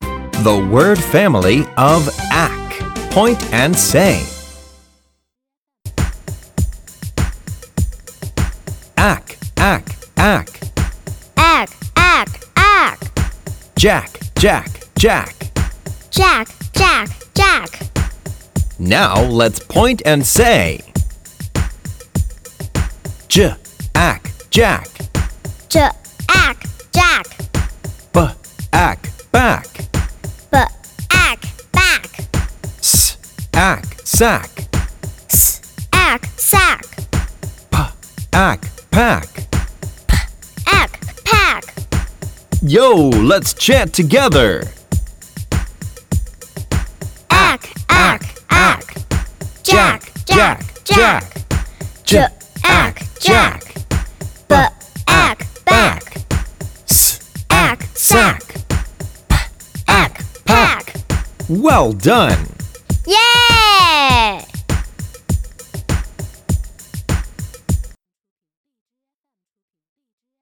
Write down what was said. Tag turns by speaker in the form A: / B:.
A: The word family of ack. Point and say. Ack, ack, ack.
B: Egg, egg, egg.
A: Jack, jack, jack.
B: Jack, Jack, Jack.
A: Now let's point and say. J, ack, jack.
B: J, egg, Jack.
A: B, ack, back.
B: B, egg, back.
A: S, ack, sack.
B: S, egg, sack.
A: P, ack, pack.
B: Egg, pack.
A: Yo, let's chant together.
B: Egg, egg, egg. Jack, Jack, Jack. J, egg, Jack. B, egg, back.
A: S,
B: Egg, sack. Egg, pack.
A: Well done.
B: Yay!